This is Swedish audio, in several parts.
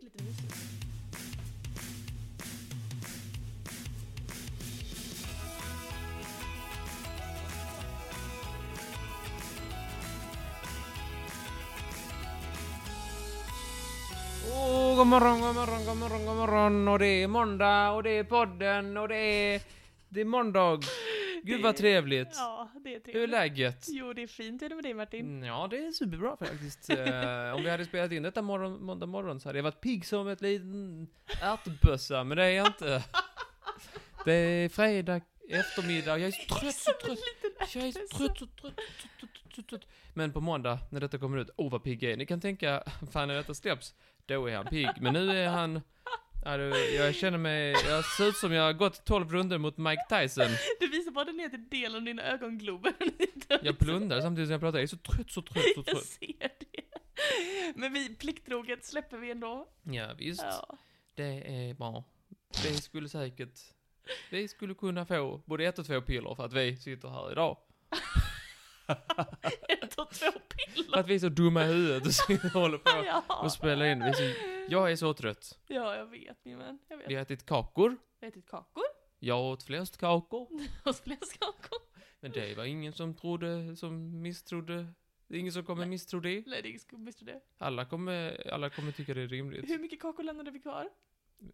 lite mysigt. Oh, god morgon, god morgon, god morgon, god morgon. Och det är måndag och det är podden och det är... Det är måndag. Gud vad Det- trevligt. Ja, det är trevligt. Hur är läget? Jo, det är fint. Hur är det med dig Martin? Mm, Ja, det är superbra faktiskt. Eh, om vi hade spelat in detta morgon, måndag morgon så hade jag varit pigg som ett liten ärtbössa, men det är jag inte. Det är fredag eftermiddag, jag är så trött, så trött. Jag är så trött, så trött, så trött, så trött, trött. Men på måndag, när detta kommer ut, oh vad pigg jag är. Ni kan tänka, fan när detta släpps, då är han pigg. Men nu är han, ja, du, jag känner mig, jag ser ut som jag har gått 12 runder mot Mike Tyson. Du visar bara ner till delen av dina ögonglober. liksom. Jag blundar samtidigt som jag pratar, jag är så trött, så trött, så Jag trött. ser det. Men vi plikttroget släpper vi ändå. Ja, visst. Ja. Det är bra. Vi skulle säkert... Vi skulle kunna få både ett och två piller för att vi sitter här idag. Ett och två För piller. att vi är så dumma i huvudet och sitter och håller på Ja. och spelar in. Vi är så, jag är så trött. ja, jag vet min vän. Jag vet. Vi har ätit kakor. Jag har ätit kakor Jag åt flest kakor. och fläskkakor. Men det var ingen som trodde, som misstrodde. Det är ingen som kommer misstro det. Nej, det är ingen skumt, visste du det? Alla kommer, alla kommer tycka det är rimligt. Hur mycket kakor lämnade vi kvar?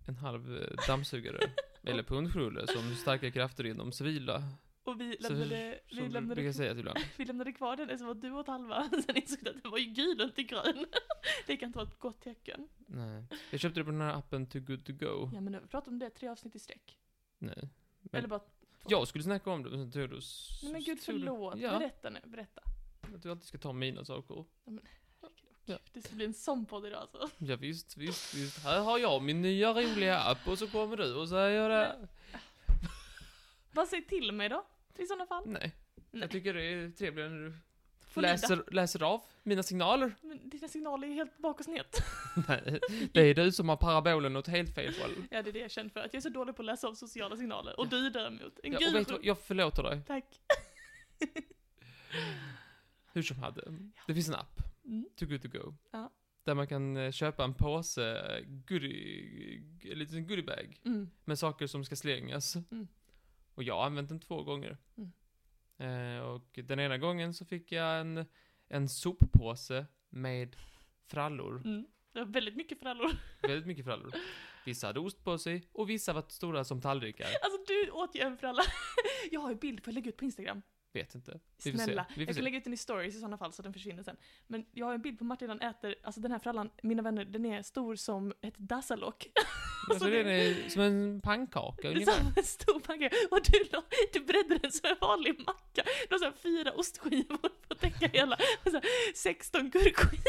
En halv eh, dammsugare. Eller punschrulle som starka krafter inom civila. Och vi Så- lämnade, vi Som du lämnade brukar säga till ibland. Vi lämnade kvar den, så var du åt halva, sen insåg du att den var ju gul och inte grön. Det kan inte vara ett gott tecken. Nej. Jag köpte det på den här appen Too Good To Go. Ja men nu har vi pratat om det tre avsnitt i sträck. Nej. Men- Eller bara, Jag skulle snacka om det, men sen tog du... s- nej men gud tog du- förlåt, Ja, berätta nu, berätta. att du alltid ska ta mina saker. Ja. Det ska bli en sån podd idag alltså. Ja, visst, visst, visst. Här har jag min nya roliga app och så kommer du och säger det. Vad säg till mig då, i sådana fall. Nej. Nej. Jag tycker det är trevligare när du Får lida. läser, läser av mina signaler. Men dina signaler är helt bak och snett. Nej, det är du som har parabolen åt helt fel håll. Ja det är det jag känner för, att jag är så dålig på att läsa av sociala signaler. Och Ja. du däremot, en Ja, och vet du guru. vad, jag förlåter dig. Tack. Hur som hade. Det finns en app, Mm. Too Good To Go. Ja. Där man kan eh, köpa en påse goodie, en liten goodiebag. Mm. med saker som ska slängas. Mm. Och jag har använt den två gånger. Mm. Eh, och den ena gången så fick jag en, en soppåse med frallor. Mm. Det var väldigt mycket frallor. Väldigt mycket frallor. Vissa hade ost på sig och vissa var stora som tallrikar. Alltså du åt ju en fralla. Jag har ju bild, får jag lägga ut på Instagram? Vet inte. Vi får se. Snälla, Vi får jag se. kan lägga ut den i stories i sådana fall så den försvinner sen. Men jag har en bild på Martin, han äter, alltså den här frallan, mina vänner, den är stor som ett dassalock. Alltså, den är som en pannkaka ungefär. som en stor macka. Och du, la- du bredde den som en vanlig macka. Du har så här fyra ostskivor för att täcka hela, och så här 16 gurkskivor.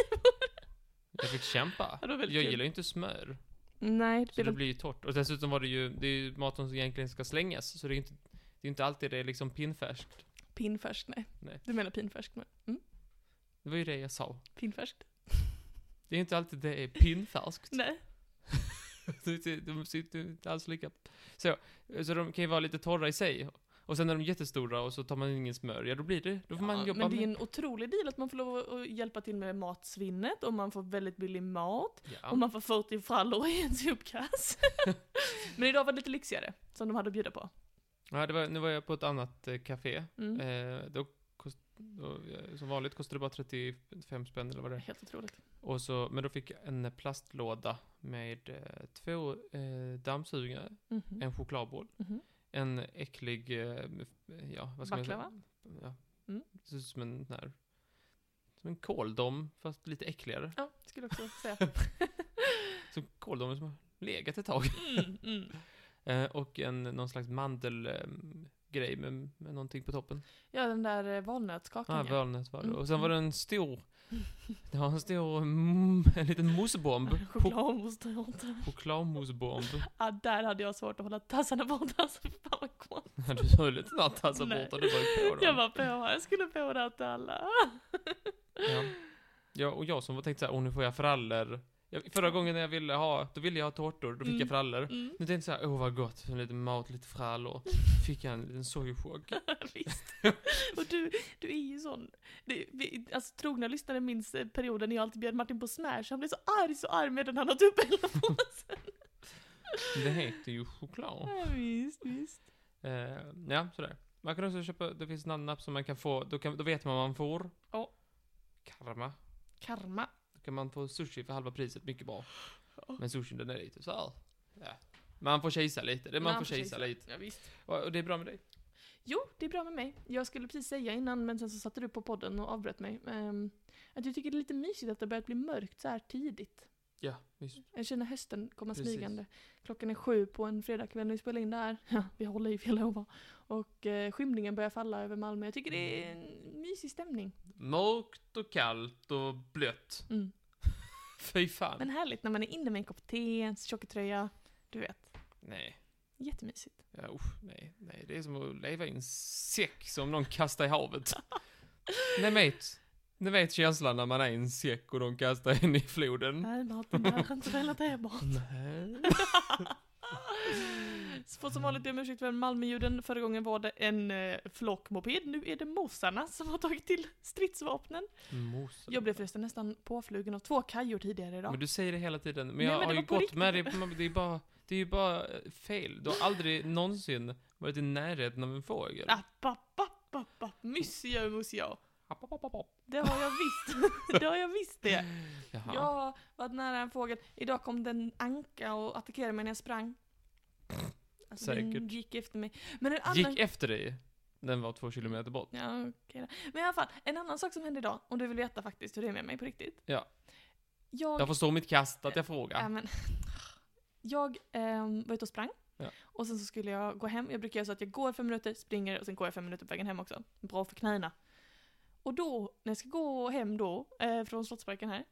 Jag fick kämpa. Ja, det var Jag väldigt kul. gillar ju inte smör. Nej, Så det blir ju torrt. Och dessutom var det ju, det är ju maten som egentligen ska slängas. Så det är ju inte, det är inte alltid det är liksom pinnfärskt. pinfärskt, nej. Nej. Du menar pinfärskt, men mm, Det var ju det jag sa. pinfärskt. Det är inte alltid det är pinnfärskt. Nej. De sitter ju inte alls lika... Så, så de kan ju vara lite torra i sig. Och sen är de jättestora och så tar man ingen smör, ja då blir det, då får man Ja, jobba men det är med... en otrolig deal att man får lov att hjälpa till med matsvinnet och man får väldigt billig mat. Ja. Och man får 40 frallor i ens uppkast. Men idag var det lite lyxigare, som de hade att bjuda på. ja det var, nu var jag på ett annat eh, café. Mm. Eh, då kost, då, eh, som vanligt kostade det bara 35 spänn eller vad det är. Helt otroligt. Och så, men då fick jag en plastlåda med eh, två eh, dammsugare, Mhm. en chokladboll, Mhm. en äcklig, eh, ja vad ska man säga? Baklava? Ja. Mm. Det ser ut som en sån här, som en kåldom fast lite äckligare. Ja, skulle jag också säga. Som kåldom som har legat ett tag. Mm, mm. Eh, och en, någon slags mandelgrej med, med någonting på toppen. Ja, den där eh, valnötskakan Ah, ja. Valnöt var det. Mm, Och sen var det en stor, det var en stor, mm, en liten mosebomb. Chok- Chokladmousse och allt. Chokladmosebomb. Ja, där hade jag svårt att hålla tassarna borta. Alltså, fan vad konstigt. du höll inte några tassar Nej. Alltså, borta, du var ju på Jag dem. var på, jag skulle på det här till alla. Ja. ja, och jag som var tänkt såhär, åh nu får jag frallor. Jag, förra gången när jag ville ha, då ville jag ha tårtor, då fick Mm. jag frallor. Mm. Nu tänkte jag såhär, åh vad gott, en liten mat, lite frallor. Fick jag en liten sojchock. Visst. Och du, du är ju sån. Det, vi, alltså, trogna lyssnare minns eh, perioden när jag alltid bjöd Martin på Smash. Han blev så arg, så arg medan han åt upp hela påsen. Det heter ju choklad. Ja, visst, visst. Eh, ja, sådär. Man kan också köpa, det finns en annan app som man kan få, då, kan, då vet man vad man får. Ja. Karma. Karma. Då kan man få sushi för halva priset, mycket bra. Men sushin den är lite såhär, ja. Man får kisa lite, det man, får kisa lite. Ja, visst. Och, och det är bra med dig. Jo, det är bra med mig. Jag skulle precis säga innan, men sen så satte du på podden och avbröt mig. ehm, att jag tycker det är lite mysigt att det har börjat bli mörkt så här tidigt. Ja, visst. Jag känner hösten komma Precis. smygande. Klockan är sju på en fredagkväll när vi spelar in det här. Ja, vi håller i Fjällhova. Och eh, skymningen börjar falla över Malmö. Jag tycker det är en mysig stämning. Mörkt och kallt och blött. Mm. Fy fan. Men härligt när man är inne med en kopp te, en tjocktröja. Du vet, Nej. jättemysigt. Ja, usch, nej, nej. Det är som att leva i en säck som någon kastar i havet. nej, mate. Ni vet känslan när man är i en säck och de kastar en i floden. Nej, Martin, det här är inte velat det bort. Nej. Så får som vanligt be om ursäkt för Malmöljuden. Förra gången var det en eh, flockmoped. Nu är det mossarna som har tagit till stridsvapnen. Mosa. Jag blev förresten nästan påflugen av två kajor tidigare idag. Men du säger det hela tiden. Men Nej, jag men det har ju var på gått riktigt. med det. men Det är, bara, det är ju bara eh, fel. Du har aldrig någonsin varit i närheten av en fågel. App, app, app, app, app. Mysiga musja. App, app, app, app, app. Det har jag visst. Det har jag visst det. Jaha. Jag har varit nära en fågel. Idag kom den anka och attackerade mig när jag sprang. Alltså, Den Säkert. gick efter mig. Men en annan... Gick e- efter dig. Den var två kilometer bort. Ja, okej då. Men i alla fall, en annan sak som hände idag, om du vill veta faktiskt hur det är med mig på riktigt. Ja. Jag, Jag förstår mitt kast att jag frågar. ja, Äh, men, jag ehm, var ute och sprang. Ja. Och sen så skulle jag gå hem. Jag brukar göra så att jag går fem minuter, springer och sen går jag fem minuter på vägen hem också. Bra för knäna. Och då, när jag ska gå hem då, eh, från Slottsparken här,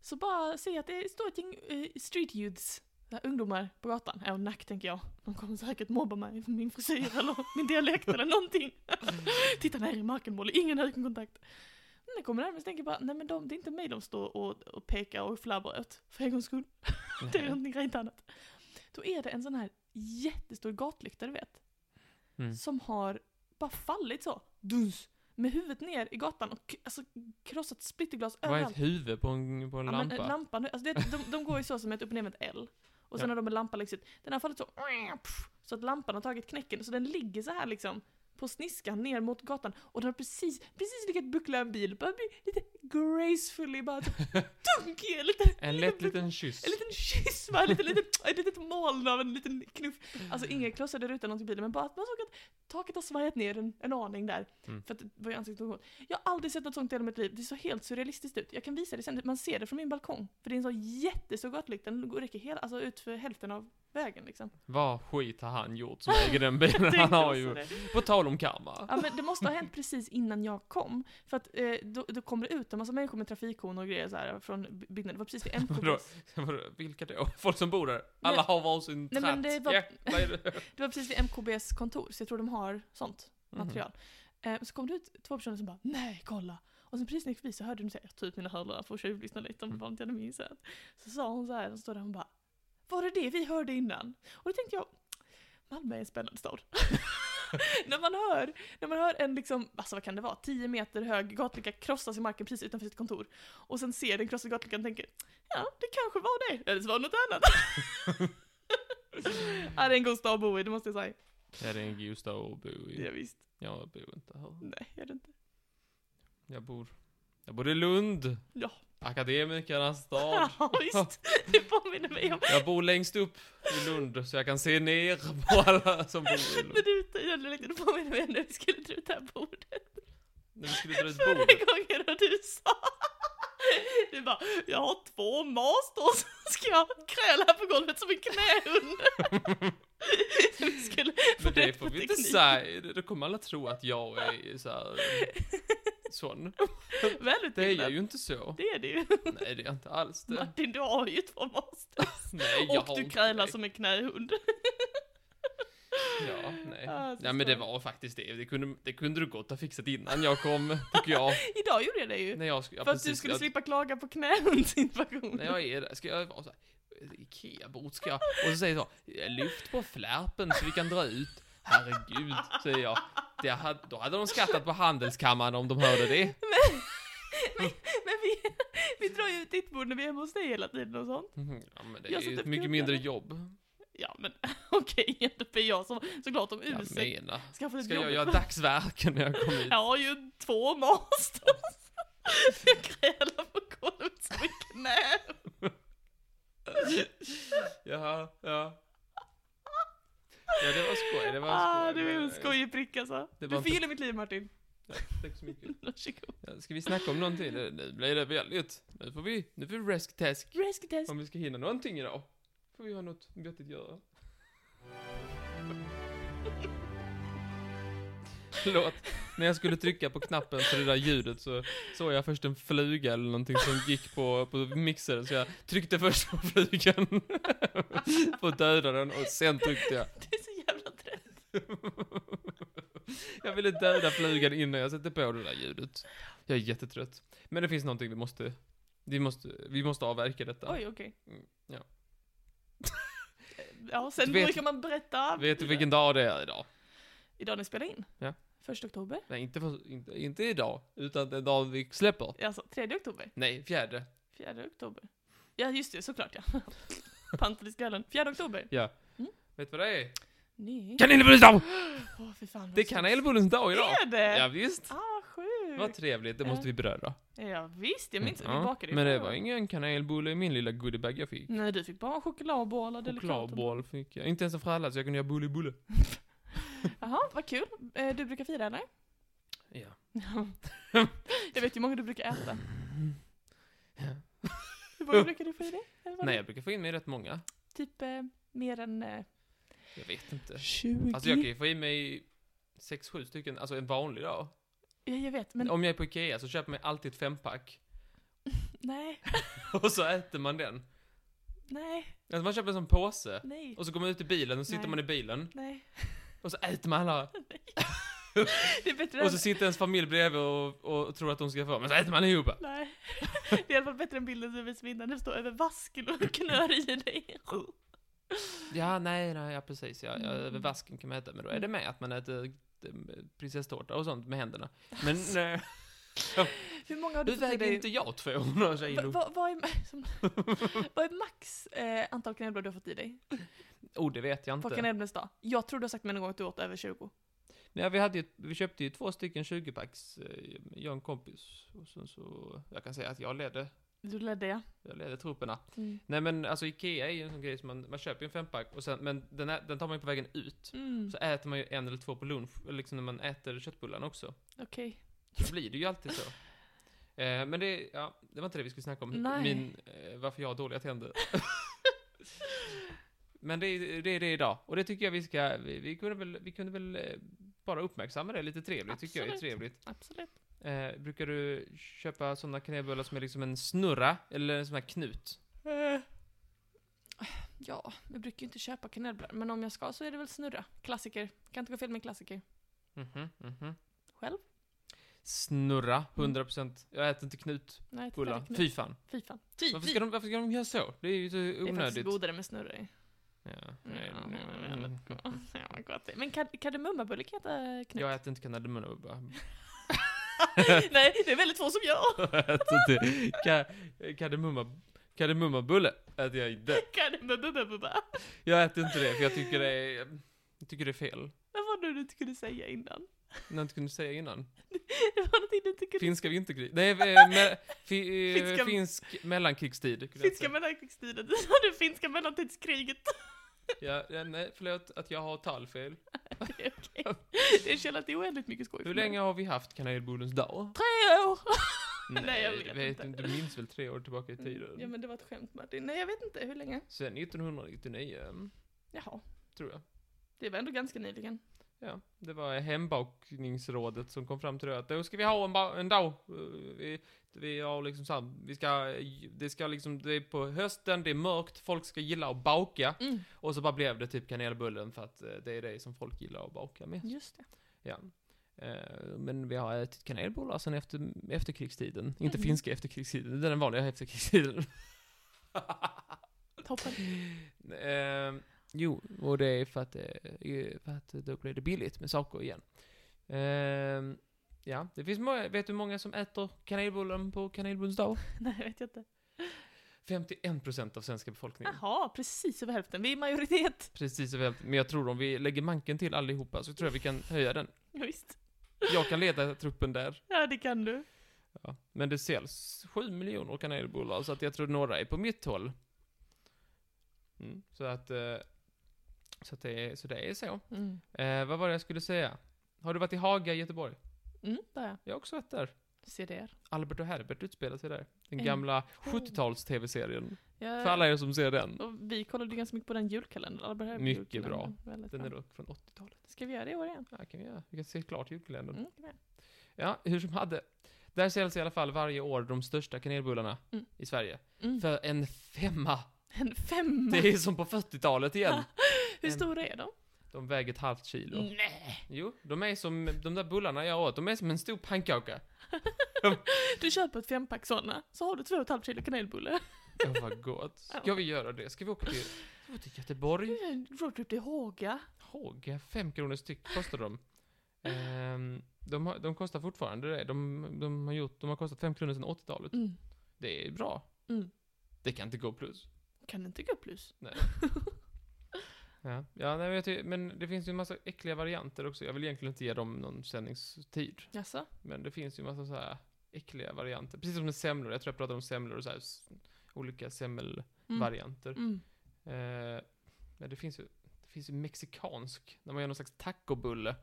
så bara ser jag att det står ett gäng eh, street youths, så här, ungdomar på gatan. Äh, och nack tänker jag. De kommer säkert mobba mig för min frisyr eller min dialekt eller någonting. Titta ner i marken Molly, ingen ögonkontakt. Men jag kommer närmare och tänker bara, nej men de, det är inte mig de står och, och pekar och flabbar åt för en gångs skull. Det är Nej. någonting rent annat. Då är det en sån här jättestor gatlykta, du vet. Mm. Som har bara fallit så. Duns! Med huvudet ner i gatan och k- alltså, krossat splitterglas Vad är överallt. ett huvud på en, på en Ja, men, lampa? eh, lampan alltså, det, de, de går ju så som ett upp och ner med ett L. Och sen Ja. har de en lampa liksom, den har fallit så. Så att lampan har tagit knäcken, så den ligger så här liksom. På sniskan ner mot gatan. Och den har precis, precis lyckats buckla en bil. Bara bli lite gracefully bara typ, dunk i en liten, En lätt liten kyss. en liten kyss bara, en liten, liten, ett litet moln av en liten knuff. Alltså inga krossade rutor eller någonting i bilen, men bara att man såg att taket har svajat ner en, en aning där. Mm. För att det var ju ansiktet mot. Jag har aldrig sett något sånt i hela mitt liv, det såg helt surrealistiskt ut. Jag kan visa det sen, man ser det från min balkong. För det är en sån jättestor gatlykta, den går- räcker hela, alltså ut för hälften av vägen liksom. Vad skit har han gjort som äger den bilen? Tänkte han har också ju... det. På tal om karma. Ja men det måste ha hänt precis innan jag kom. För att eh, då, då kom det ut en massa människor med trafikhonor och grejer så här från byggnaden. Det var precis vid Vadå? MKBs. Vadå, Vilka då? Folk som bor där? Alla Nej. har varsin Nej, men tratt. det var- Ja, vad är det? Det var precis vid MKBs kontor, så jag tror de har sånt Mhm. material. Eh, så kom det ut två personer som bara “Nej, kolla!” Och sen precis när jag gick förbi så hörde de säga “Jag tar ut mina hörlurar för att tjuvlyssna lite om Mm. vad inte jag minns än." Så sa hon så här, och stod där hon bara “Var det det vi hörde innan?” Och då tänkte jag Malmö är en spännande stad. när, man hör, när man hör en liksom, alltså vad kan det vara, 10 meter hög gatlycka krossas i marken precis utanför sitt kontor. Och sen ser den krossade gatlyckan och tänker “Ja, det kanske var det, eller så var det något annat”. ja, det är en god stad att bo i, det måste jag säga. Ja, det är en god stad att bo i. Ja, visst. Jag bor inte här. Nej, gör det inte. Jag bor... Jag bor i Lund. Ja. Akademikernas stad. Ja, visst. Det påminner mig om Jag bor längst upp i Lund, så jag kan se ner på alla som bor i Lund. när du ute i dialekten. Det påminner mig om när vi skulle dra ut det här bordet. När vi skulle dra ut Förra bordet. gången och du sa... Du bara, jag har två masters, ska jag kräla här på golvet som en knähund? vi skulle få Men det rätt får på vi inte teknik. säga. Då kommer alla tro att jag är så här, sån. Det är jag Välutbildad. ju inte så. Det är det ju. Nej, det är jag inte alls det. Martin, du har ju två masters. Nej, jag har och du inte krälar det. som en knähund. Ja, nej. Ja, jag Ja, men det förstår. var faktiskt det. Det kunde, det kunde du gott ha fixat innan jag kom, tycker jag. Idag gjorde jag det ju. När jag, sk- ja, för att du precis. skulle jag, slippa klaga på knähundsinflammation. När jag är där, ska jag vara så här, Ikea-bord ska jag, och så säger jag så, lyft på flärpen så vi kan dra ut. Herregud, säger jag. Det hade, då hade de skattat på handelskammaren om de hörde det. Men, men, men vi, vi drar ju ut ditt bord när vi är hemma hos dig hela tiden och sånt. Mhm, Ja, men det Jag är ju satt ett upp mycket kroken. mindre jobb. Ja men okej, inte för jag som såklart om Jag ursäkt. menar. Skaffat ett Ska jag jobb. göra dagsverken när jag kommer hit? Jag har ju två masters. Jag grälar på golvet som en knä. Jaha, ja. Ja, det var skoj. Det var Ah, skoj. du är en men- eh, skojig prick alltså. Du Det var inte- förgyller mitt liv Martin. Ja, tack så mycket. Varsågod. Ja, Ska vi snacka om någonting? Nu nu blir det väldigt... Nu får vi... Nu får vi resk task. Risk test. Om vi ska hinna någonting idag. Får vi ha något vettigt att göra. Förlåt. När jag skulle trycka på knappen för det där ljudet så såg jag först en fluga eller någonting som gick på, på mixern så jag tryckte först på flugan för att döda den och sen tryckte jag. Det är så jävla trött. Jag ville döda flugan innan jag sätter på det där ljudet. Jag är jättetrött. Men det finns någonting vi måste, vi måste, vi måste avverka detta. Oj, okej. Mm, ja. Ja, sen Du vet- brukar man berätta. Vet du vilken dag det är idag? Idag när vi spelar in. Ja. Första oktober. Nej, inte, för, inte, inte idag, utan den dag vi släpper. Alltså, tredje oktober. Nej, fjärde. Fjärde oktober. Ja, just det, såklart ja. Panten i skallen. Fjärde oktober. Vet du vad det är? Nej. Kanelbullens dag! Åh, fy fan. vad Det är så- kanelbullens dag idag! Är det? Ja, visst. Ah, Vad sjukt. trevligt, det måste vi beröra. Ja, visst, jag minns. Ja, Vi bakade ju Men det förra var året. ingen kanelbulle i min lilla goodiebag jag fick. Nej, du fick bara chokladbollar. delikaten. Chokladboll fick jag. Inte ens en fralla, så jag kunde göra bulle-bulle. Jaha, vad kul. Eh, Du brukar fira eller? Ja. jag vet ju hur många du brukar äta. Hur många brukar du få i dig? Eller var det Nej, jag brukar få in mig rätt många. Typ eh, mer än eh, Jag vet inte. 20? Alltså jag kan ju få i mig sex, sju stycken, alltså en vanlig dag. ja, jag vet, men Om jag är på Ikea så köper man alltid ett fempack. nej, Och så äter man den. nej, Alltså man köper en sån påse. nej, Och så går man ut i bilen och sitter Nej. man i bilen. nej. Och så äter man alla. Det är bättre Och än... så sitter ens familj bredvid och, och tror att de ska få. Men så äter man ihop. Nej. Det är i alla fall bättre än bilden som visade innan. Det står över vasken och knör i dig. Ja, nej, nej, ja precis. Ja, ja, Mm. över vasken kan man äta. Men då är det med att man äter eh, prinsesstårta och sånt med händerna. Men nej. Hur många har Nu du fått i väger dig? inte jag 200 Va- kilo. va- Vad är, som- vad är max eh, antal kanelbullar du har fått i dig? Oh, det vet jag På inte. kanelbullens dag? Jag tror du har sagt mig någon gång att du åt över 20. Ja, vi, hade ju, vi köpte ju två stycken 20-packs, eh, jag och en kompis. Och sen så, jag kan säga att jag ledde, Du ledde ja. jag ledde trupperna. Mm. Nej men alltså Ikea är ju en sån grej som man, man köper ju en fempack, och sen, men den, här, den tar man ju på vägen ut. Mm. Så äter man ju en eller två på lunch, eller liksom när man äter köttbullarna också. Okej. Då blir det ju alltid så. Eh, men det, ja, det var inte det vi skulle snacka om. Nej. Min, eh, varför jag har dåliga tänder. men det, är- det är det idag. Och det tycker jag vi ska, vi, vi kunde väl, vi kunde väl eh, bara uppmärksamma det lite trevligt, tycker jag är Absolut. trevligt. Absolut. Eh, brukar du köpa sådana kanelbullar som är liksom en snurra, eller en sån här knut? Eh, Ja, jag brukar ju inte köpa kanelbullar, men om jag ska så är det väl snurra. Klassiker. Kan inte gå fel med klassiker. Mhm, mhm. Själv? Snurra, 100%. Jag äter inte knutbullar. Nej, jag äter knut. Fy fan. Fy fan. Fy, Varför fy. ska, de, varför ska de göra så? Det är ju så Det är faktiskt onödigt. godare med snurra i. Ja, nej, Ja, nej, men nej, jävligt nej. gott. Ja, vad gott. Men kad- kardemummabulle kan jag äta knut. Jag äter inte kardemummabulla. Nej, det är väldigt få som gör. Jag äter inte ka- kardemumma- kardemummabulle. Äter jag inte. Kardemummabubba. Jag äter inte det, för jag tycker det är, jag tycker det är fel. Vad var det du inte kunde säga innan? När jag inte kunde säga innan. Det var någonting du inte kunde Finska vinterkrig. Nej, eh, me, fi, eh, Finska- finsk mellankrigstid. kunde jag inte Finska säga. mellankrigstiden. Du sa det finska mellankrigskriget. Ja, ja, nej, förlåt att jag har talfel. Det är okej. Det är en källa till oändligt mycket skoj. för Hur mig. länge har vi haft kanelbullens dag? Tre år! Nej, jag du vet inte. Mm. Du minns väl tre år tillbaka i tiden? Ja men det var ett skämt Martin. Nej jag vet inte hur länge. Sen 1999, Jaha. tror jag. Det var ändå ganska nyligen. Ja, det var hembakningsrådet som kom fram till det att då ska vi ha en, ba- en dag. eh, Vi, vi har liksom så här, vi ska, det ska liksom, det är på hösten, det är mörkt, folk ska gilla att baka. Mm. Och så bara blev det typ kanelbullen för att eh, det är det som folk gillar att baka med. Just det. Ja. Eh, Men vi har ätit kanelbullar sen efter, efterkrigstiden. Inte Mm. finska efterkrigstiden, det är den vanliga efterkrigstiden. Toppen. Eh, jo, och det är för att, eh, för att då blir det billigt med saker igen. Eh, ja, det finns många, vet du hur många som äter kanelbullen på kanelbullens dag? Nej, jag vet jag inte. 51% av svenska befolkningen. Jaha, precis över hälften. Vi är majoritet. Precis över hälften. Men jag tror om vi lägger manken till allihopa så tror jag vi kan höja den. Ja, visst. Jag kan leda truppen där. Ja, det kan du. Ja. Men det säljs 7 miljoner kanelbullar, så att jag tror några är på mitt håll. Mm. Så att... eh, Så, att det, är, så det är så. Mm, Eh, vad var det jag skulle säga? Har du varit i Haga i Göteborg? mm där ja. Jag har också varit där. Du ser det. Albert och Herbert utspelar sig där. Den Mm. gamla 70-tals-tv-serien. Jag, För alla er som ser den. och vi kollade ju ganska mycket på den julkalendern. Albert Herbert Mycket julkalendern. Väldigt Den bra. är dock från 80-talet. Ska vi göra det i år igen? Ja, kan vi göra. Vi kan se klart julkalendern. Mm, kan vi göra. Ja, hur som hade. Där säljs i alla fall varje år de största kanelbullarna Mm. i Sverige. mm. För en femma! En femma! Det är som på 40-talet igen. Hur en- stora är de? De väger ett halvt kilo. Mm. Nej. Jo, de är som, de där bullarna jag åt, de är som en stor pannkaka. Du köper ett fempack sådana, så har du två och ett halvt kilo kanelbulle. Åh vad gott. Ska vi göra det? Ska vi åka till, ska vi åka till Göteborg? Det är en Roadtrip till Haga. Haga, fem kronor styck kostar de. Ehm, de, har, de kostar fortfarande det. De, de, har gjort, de har kostat fem kronor sedan 80-talet. Mm. Det är bra. Mm. Det kan inte gå plus. Kan inte gå plus. Ja, ja nej, men, jag ty- men det finns ju en massa äckliga varianter också. Jag vill egentligen inte ge dem någon sändningstid. Jaså? Men det finns ju en massa så här äckliga varianter. Precis som med semlor. Jag tror jag pratade om semlor och så här, s- olika semmelvarianter. Mm. Mm. Eh, men det finns ju, det finns ju mexikansk, när man gör någon slags tacobulle.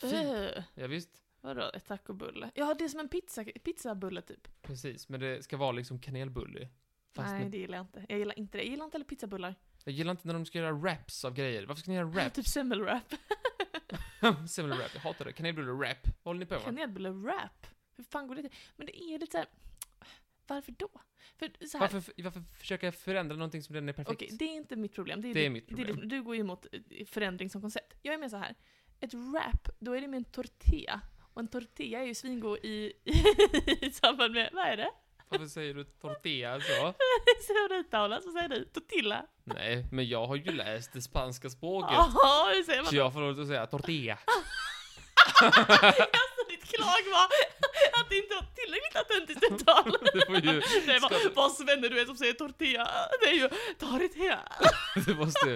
Fy, Öh, ja, visst vadå, ett tacobulle? Ja, det är som en pizza, pizzabulle typ. precis. Men det ska vara liksom kanelbulle. Fast Nej, med, det gillar jag inte. Jag gillar inte det. Jag gillar inte heller pizzabullar. jag gillar inte när de ska göra wraps av grejer. Varför ska ni göra wraps? Typ semmelwrap. Semmelwrap, jag hatar det. Kanelbulle-wrap. Vad håller ni på med? Kanelbulle-wrap. Hur fan går det till? Men det är lite såhär... Varför då? För så här, Varför, varför försöka förändra någonting som redan är perfekt? Okej, det är inte mitt problem. Det är, Det är ditt- mitt Det är problem. liksom, du går ju emot eh, förändring som koncept. Jag är mer så här. ett wrap, då är det med en tortilla. Och en tortilla är ju svingod i, i samband med, vad är det? Varför säger du tortilla så? Teoritavlan så säger du tortilla. Nej, men jag har ju läst det spanska språket. Jaha, hur säger man? Så jag får lov att säga tortilla. Alltså ditt klag var att det inte var tillräckligt autentiskt uttal. Det var ju... Det ska- var, vad svenne du är som säger tortilla. Det är ju tortilla. Du måste...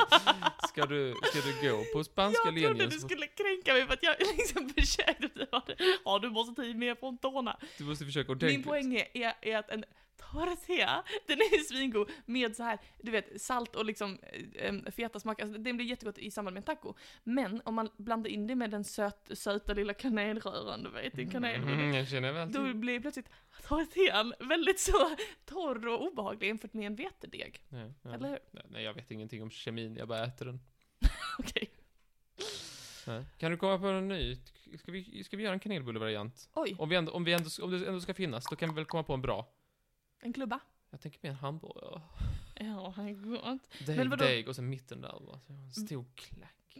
Ska du, ska du gå på spanska Jag linjen trodde du så skulle kränka mig för att jag liksom försökte. det var det. Ja, du måste ta i mer från tårna. du måste försöka Min ordentligt. poäng är, är, är att en tortilla, den är ju svingod med så här, du vet, salt och liksom eh, em, fetasmak. Alltså, den blir jättegott i samband med en taco. Men om man blandar in det med den söt, söta lilla kanelröran, du vet, en kanelbulle. Mm, jag känner väl Då till. blir plötsligt tortillan väldigt så torr och obehaglig jämfört med en vetedeg. Nej, nej. Eller hur? Nej, jag vet ingenting om kemin, jag bara äter den. Okej. Nej. Kan du komma på en ny? Ska vi, ska vi göra en kanelbullevariant? Oj, Om, vi ändå, om, vi ändå, om det ändå ska finnas, då kan vi väl komma på en bra? en klubba. Jag tänker mer en hamburgare. Ja, gott. Deg, Men vadå? deg och sen mitten där bara. Så En stor klack.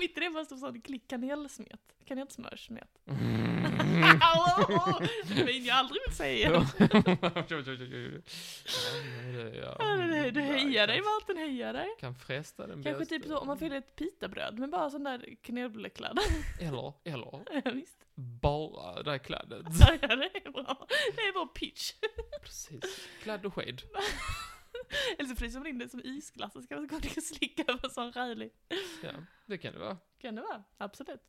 Mitt i det bara stod sån klick kanelsmet. Kanelsmörsmet. Mm. Men jag aldrig vill säga igen. Ja, men det- ja. Ja, det- det- Du Ja, hejar dig kan- Martin, hejar dig. Kan fresta den Kanske bästa. typ så om man fyller ett pitabröd med bara sån där knelbullekladd. Eller, eller, Ja, Visst, bara det där kladdet. ja, det är bra. Det är bra pitch. Precis. Kladd och sked. Eller så fryser man in det som isglass och ska man gå och slicka över sån rälig. Ja, det kan det vara. Kan det vara, absolut.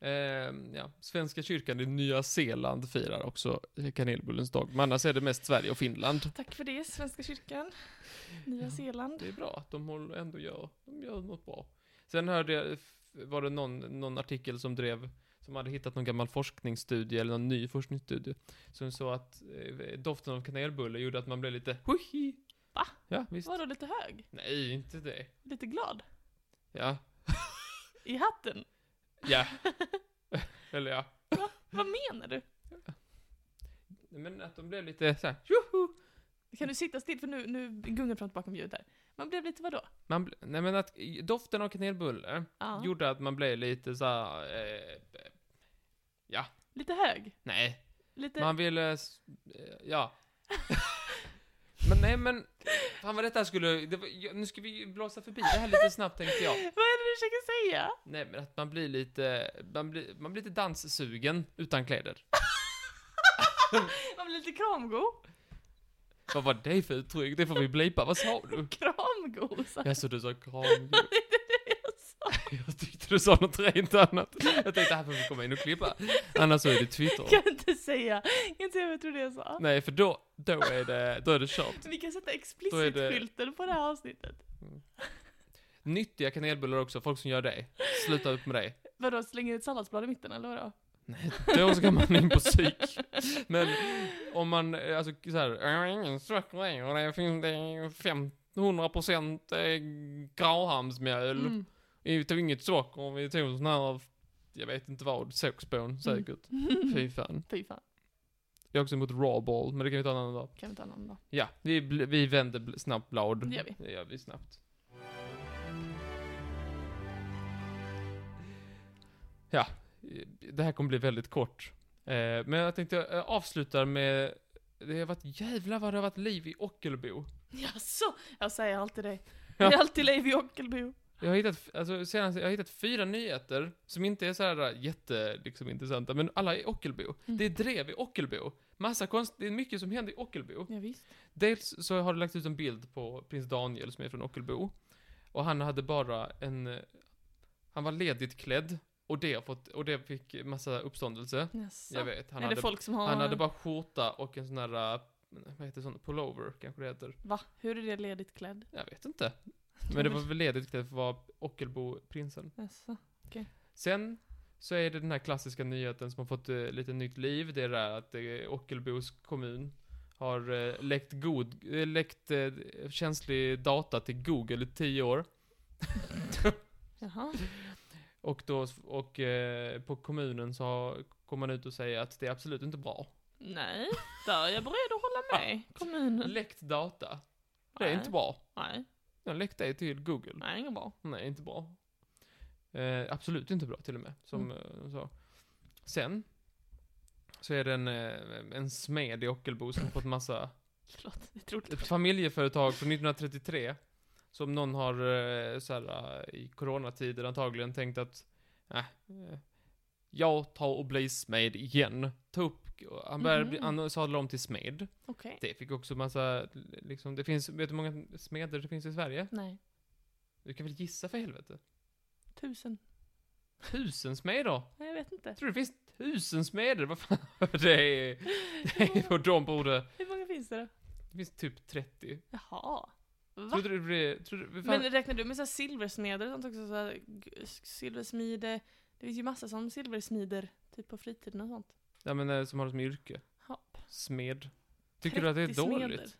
Ehm, ja. Svenska kyrkan i Nya Zeeland firar också kanelbullens dag. Men annars är det mest Sverige och Finland. Tack för det, Svenska kyrkan. Nya Ja. Zeeland. Det är bra att de håller, ändå gör, de gör något bra. Sen hörde jag, f- var det någon, någon artikel som drev, som hade hittat någon gammal forskningsstudie eller någon ny forskningsstudie, som sa att eh, doften av kanelbulle gjorde att man blev lite huhi. Va? Ja, visst. Var då lite hög? Nej, inte det. Lite glad? Ja. I hatten? Ja. Eller ja. Vad menar du? Men att de blev lite såhär, Kan du sitta still? För nu, nu gungar fram och tillbaka med ljudet här. Man blev lite vadå? man, bl- nej men att i- doften av kanelbulle Ja. gjorde att man blev lite såhär, eh, Lite hög? nej, Lite... man ville, s- eh, ja. men nej men, fan vad detta skulle, det var, ja, nu ska vi ju blåsa förbi det här lite snabbt tänkte jag. Vad är det du försöker säga? Nej men att man blir lite, man blir, man blir lite danssugen utan kläder. Man blir lite kramgo. Vad var det för uttryck? Det får vi blipa, vad sa du? Kramgosa. Jaså du sa kram, Det är det jag sa. Jag tyckte du sa något rent annat. Jag tänkte det här får vi komma in och klippa. Annars så är det Twitter. Kan inte säga. Kan inte säga vad jag trodde jag sa. Nej, för då, då är det, då är det kört. Vi kan sätta Då är det- explicit-skylten på det här avsnittet. Nyttiga kanelbullar också, folk som gör det. Sluta upp med det. Vadå, slänger ett salladsblad i mitten eller vadå? Då ska man in på psyk. Men om man, eh, alltså så här, jag har ingen socker och det finns det är 500% eh, grahamsmjöl. Mm. Vi tog typ inget socker, vi tog sån här, jag vet inte vad, sågspån säkert. Mm. Fy fan. Fy fan, Jag är också emot raw ball, men det kan vi ta en annan dag. kan vi ta en annan dag. Ja, vi, bl- vi vänder bl- snabbt blad. Det gör vi. Det gör vi snabbt. Ja, eh, det här kommer bli väldigt kort. Eh, men jag tänkte jag avsluta med, det har varit jävla vad det har varit liv i Ockelbo. Jaså? Jag säger alltid det. Det Ja. är alltid Leif i Ockelbo. Jag har hittat, f- alltså senast, jag har hittat fyra nyheter som inte är så här jätte, liksom intressanta, men alla är Ockelbo. Mm. Det är drev i Ockelbo. Massa konst, det är mycket som händer i Ockelbo. Ja, visst. Dels så har du lagt ut en bild på prins Daniel som är från Ockelbo. Och han hade bara en... eh, Han var ledigt klädd. Och det, har fått, och det fick massa uppståndelse. Jaså? Jag vet. Han är det hade, folk som har... han hade bara skjorta och en sån här... eh, Vad heter sån? Pullover kanske det heter. Va? Hur är det ledigt klädd? Jag vet inte. Men det var väl ledigt klädd för att vara Ockelbo-prinsen. Jaså? Sen så är det den här klassiska nyheten som har fått eh, lite nytt liv. Det är det här att eh, Ockelbos kommun har eh, läckt, god, eh, läckt eh, känslig data till Google i tio år. Jaha. Och, då, och eh, på kommunen så har- kom man ut och säger att det är absolut inte bra. Nej, där är jag beredd att hålla med. Kommunen. Läckt data, det är Nej. inte bra. Nej, Jag läckte det till Google. nej, inget bra. Nej, inte bra. Eh, absolut inte bra till och med, som eh, så. Sen så är det en, eh, en smed i Ockelbo som har fått massa Förlåt, det tror ett familjeföretag från 1933 som någon har eh, så här, eh, i coronatider antagligen tänkt att nej, eh, jag tar och blir smed igen. Ta upp, han började bli, Mhm. han sadlade om till smed. Okej. Det fick också massa, liksom, det finns, vet du hur många smeder det finns i Sverige? Nej, Du kan väl gissa för helvete? tusen. Tusen smeder! Nej, jag vet inte. Jag tror det finns tusen smeder, vad fan? Det är... Det är och de borde... Hur många finns det då? Det finns typ 30. Jaha. Va? Trodde du det blev... Trodde du... Fan, Men räknar du med så här silversmeder och sånt också? Så här, g- silversmide? Det finns ju massa som silversmider, typ på fritiden och sånt. Ja men eh, som har det som yrke. Hopp. Smed. Tycker du att det är 30 smeder. dåligt?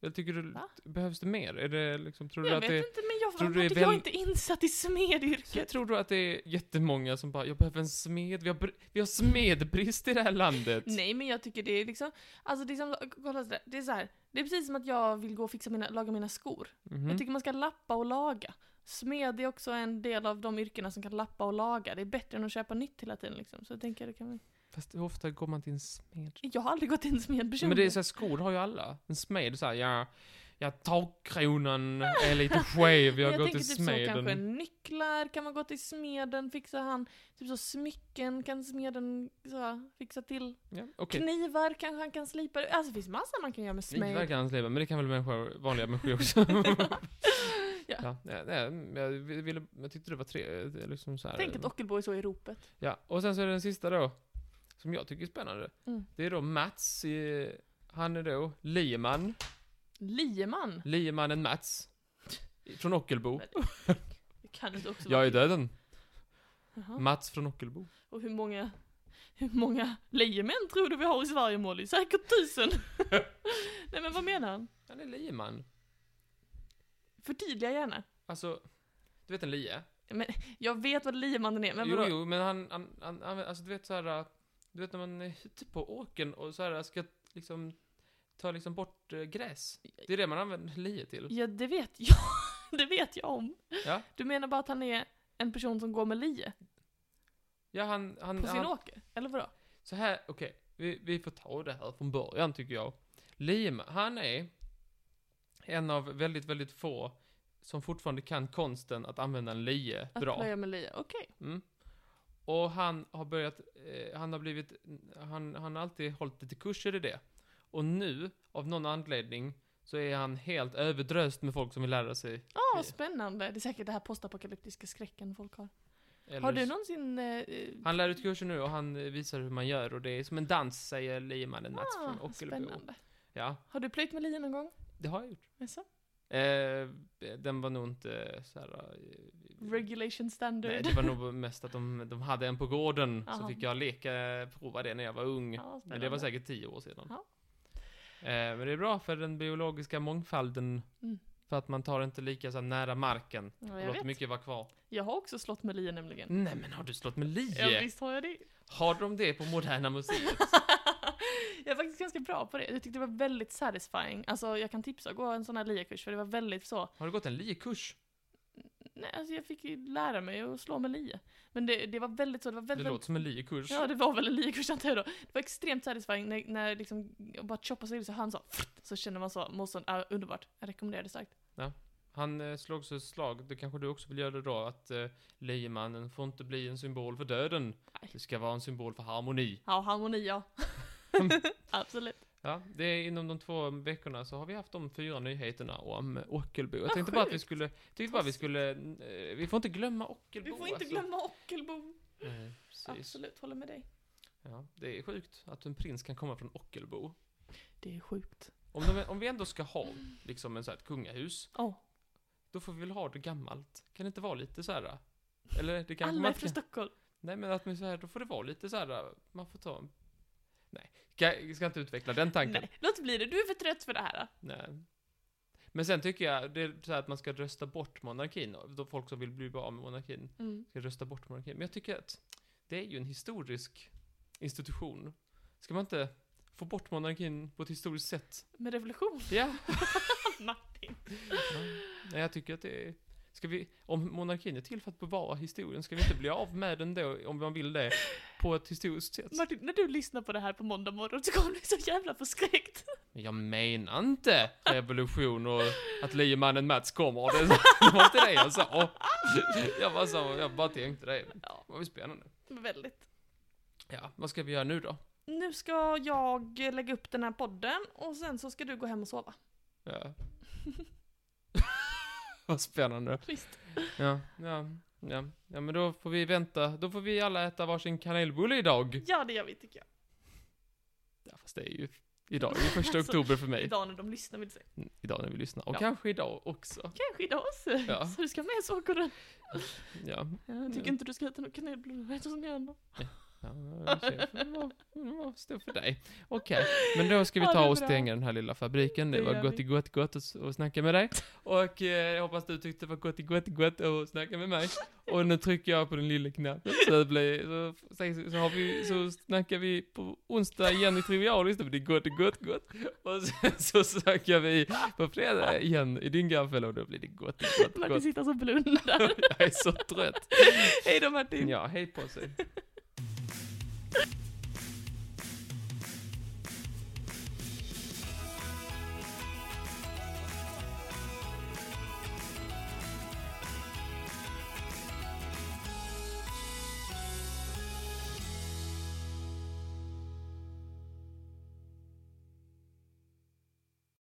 Eller tycker du... Va? Behövs det mer? Är det liksom... Tror du Jag att vet det... inte, men jag, tror du det är jag, jag är väl- inte insatt i smedyrket. Tror du att det är jättemånga som bara, jag behöver en smed, vi har, br- vi har smedbrist i det här landet? Nej, men jag tycker det är liksom, alltså det är som, kolla sådär, det är så här. Det är precis som att jag vill gå och fixa mina, laga mina skor. Mhm. Jag tycker man ska lappa och laga. Smed är också en del av de yrkena som kan lappa och laga. Det är bättre än att köpa nytt hela tiden liksom. Så jag tänker, det kan vi... Fast hur ofta går man till en smed? Jag har aldrig gått till en smed Men det är personligen. såhär, skor har ju alla. En smed såhär, ja, ja takkronan är lite skev, jag, Men går tänker till typ så kanske smeden. nycklar kan man gå till smeden, fixa han. Typ så smycken kan smeden så, här fixa till. Ja, okej. Knivar kanske han kan slipa. Alltså det finns massa man kan göra med Knivar smed. kan han slipa, men det kan väl människor, vanliga människor också. Ja. ja, nej, nej, jag, ville, jag tyckte det var tre, liksom så här. Tänk att Ockelbo är så i ropet. Ja, och sen så är det den sista då, som jag tycker är spännande. Mm. Det är då Mats, eh, han är då lieman, Lieman. liemannen Mats, från Ockelbo. Det kan inte också Jag vara- är döden, Jaha. Mats från Ockelbo. Och hur många, hur många liemän tror du vi har i Sverige Molly? Säkert tusen! Nej men vad menar han? Han är lieman. Förtydliga gärna. Alltså, du vet en lie? Men jag vet vad liemannen är, men jo, vadå? jo, men han, han, han, han, alltså du vet så här, du vet när man är ute på åken och så här ska liksom ta liksom bort eh, gräs. Det är det man använder lie till. Ja, det vet jag. Det vet jag om. Ja. Du menar bara att han är en person som går med lie Mm, Ja, han, han, på sin han åker? Eller vadå? så här, okej, vi, vi får ta det här från början tycker jag. Lim, han är en av väldigt, väldigt få som fortfarande kan konsten att använda en lie Att bra. plöja med lie? Okej. Mm. Och han har börjat, eh, han har blivit, han, han har alltid hållit lite kurser i det. Och nu, av någon anledning, så är han helt överdröst med folk som vill lära sig. Ah, Eh. spännande. Det är säkert den här postapokalyptiska skräcken folk har. Eller, Har du någonsin... Eh, eh, Han lär ut kurser nu och han eh, visar hur man gör och det är som en dans, säger liemannen Mats från ah, Ockelbo. spännande. Ja, Har du plöjt med lie någon gång? det har jag gjort. Jaså? Eh, den var nog inte såhär... Eh, Regulation standard? nej, det var nog mest att de, de hade en på gården, så Jaha. fick jag leka, prova det när jag var ung. Ja, Men det var spännande. säkert tio år sedan. Ja. Eh, men det är bra för den biologiska mångfalden. Mm. För att man tar inte lika så här nära marken. Ja, Och jag låter vet. mycket vara kvar. Jag har också slått med lie nämligen. Nej men har du slått med Ja, lie? visst har jag det. Har de det på Moderna Museet? jag är faktiskt ganska bra på det. Jag tyckte det var väldigt satisfying. Alltså jag kan tipsa, gå en sån här liekurs för det var väldigt så. Har du gått en liekurs? Nej, alltså jag fick ju lära mig att slå med lie. Men det, det var väldigt så, det var Det väldigt... låter som en liekurs. Ja, det var väl en liekurs antar jag då. Det var extremt satisfying när, när liksom, jag bara choppade sig så han så, så känner man så, motstånd, ah, underbart. Jag rekommenderar det starkt. Han eh, slog så ett slag, det kanske du också vill göra det då, att eh, liemannen får inte bli en symbol för döden. Nej. Det ska vara en symbol för harmoni. Ja, och harmoni ja. Mm. Absolut. Ja, det är inom de två veckorna så har vi haft de fyra nyheterna om Ockelbo. Jag Vad tänkte bara att vi Ah, sjukt. skulle, jag tänkte bara att vi skulle, eh, vi får inte glömma Ockelbo. Vi får inte alltså. glömma Ockelbo. Nej, precis. Absolut, håller med dig. Ja, det är sjukt att en prins kan komma från Ockelbo. Det är sjukt. Om, de, om vi ändå ska ha liksom en så här, ett kungahus, Åh, då får vi väl ha det gammalt. Kan det inte vara lite så här? Eller det kan alla man är inte från kan. Stockholm. Nej men att man så här, då får det vara lite så här. man får ta en... Nej, ska, ska inte utveckla den tanken. Nej, låt bli det. Du är för trött för det här. Nej. Men sen tycker jag, det är så här att man ska rösta bort monarkin. De folk som vill bli av med monarkin Mm. ska rösta bort monarkin. Men jag tycker att det är ju en historisk institution. Ska man inte få bort monarkin på ett historiskt sätt? Med revolution, Ja. Martin. Nej, jag tycker att det är... Ska vi, om monarkin är till för att bevara historien, ska vi inte bli av med den då, om man vill det, på ett historiskt sätt? Martin, när du lyssnar på det här på måndag morgon så kommer du så jävla förskräckt. Men jag menar inte revolution och att liemannen Mats kommer. Det, det var inte det jag sa. Jag bara, sa, jag bara tänkte det. Det Ja, var ju spännande. väldigt. Ja, vad ska vi göra nu då? Nu ska jag lägga upp den här podden och sen så ska du gå hem och sova. Ja. vad spännande. Visst. Ja, ja, ja, ja, men då får vi vänta. Då får vi alla äta varsin kanelbulle idag. Ja, det gör vi tycker jag. Ja, fast det är ju idag, det är ju första Alltså, oktober för mig. Idag när de lyssnar vill säga. Mm, Idag när vi lyssnar. Och Ja. kanske idag också. Kanske idag också. Ja. Så du ska med så går den. Ja. Jag tycker Ja. inte du ska äta några kanelbullar eftersom jag ändå. Ja, jag ser. Det var- det var stå för dig. Okej, men då ska vi Ja, det ta är och bra. stänga den här lilla fabriken. Det Det var gör gott, vi. gott, gott att, s- att snacka med dig. Och eh, jag hoppas du tyckte det var gott, gott, gott att snacka med mig. Och nu trycker jag på den lilla knappen. Så, det blir, så, så, så, har vi, så snackar vi på onsdag igen i Trivialis. Det blir gott, gott, gott. Och sen så snackar vi på fredag igen i din gaffel och då blir det gott, gott, Martin gott. sitter så och blundar. Jag är så trött. Hej då Martin. Ja, hej på sig.